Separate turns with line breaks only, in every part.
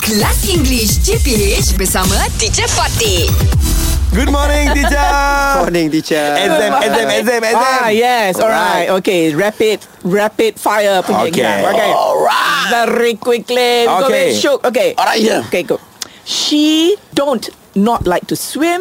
Kelas English CPH bersama Teacher Fatih.
Good morning, teacher.
Morning teacher
Exam, exam, exam, exam.
Ah yes, alright. Okay, rapid rapid fire
Okay.
punya exam. Okay. Alright. Very quickly. Okay. Go
Okay.
bit shook. Okay.
Alright, yeah.
Okay, go. She don't not like to swim.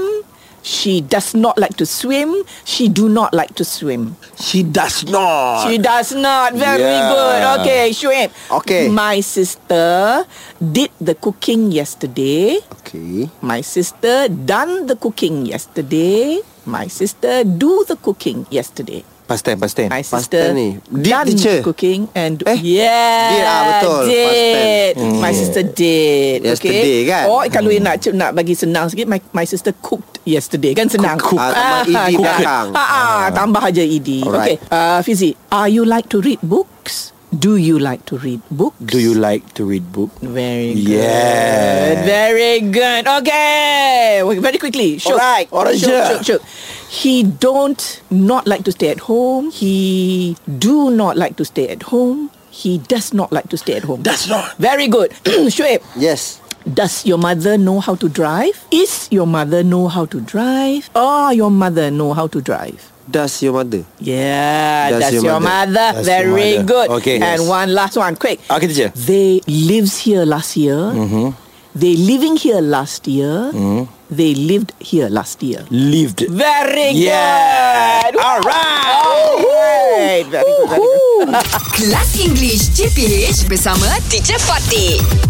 She does not like to swim. She do not like to swim.
She does not
She does not. Very
Yeah.
good. Okay, Shuib.
Okay.
My sister did the cooking yesterday.
Okay
My sister done the cooking yesterday. My sister do the cooking yesterday.
Past tense, past tense.
My
Past tense
sister
ni. Did
done
teacher?
cooking and
Eh?
yeah,
Did, ah, betul. Past
Did.
tense.
My sister did.
Yesterday, kan?
okay? Or kalau hmm. nak nak bagi senang sikit, my my sister cooked yesterday. Kan senang.
Cook, cook. Ah, tambah ED belakang.
Ah, ah, tambah aja ed.
Alright.
Okay. Uh, Fizi, are you like to read books? Do you like to read books?
Do you like to read book?
Very good.
Yeah.
Very good. Okay. Very quickly. Shook.
Alright. Alright,
Shook,
yeah.
shook, shook. He don't not like to stay at home. He do not like to stay at home. He does not like to stay at home.
Does not
Very good. Shuib,
Yes
does your mother know how to drive? Is your mother know how to drive? Or your mother know how to drive?
Does your mother
Yeah,
Does
that's,
your
your
mother.
mother.
That's your
Very
mother.
good.
Okay. Yes.
And one last one, quick.
Okay, teacher.
They lives here last year. They living here last year. They lived here last year.
Lived.
Very
Yeah.
good.
All right.
Alright. Very good. Very good.
Kelas English CPH bersama Teacher Fatih.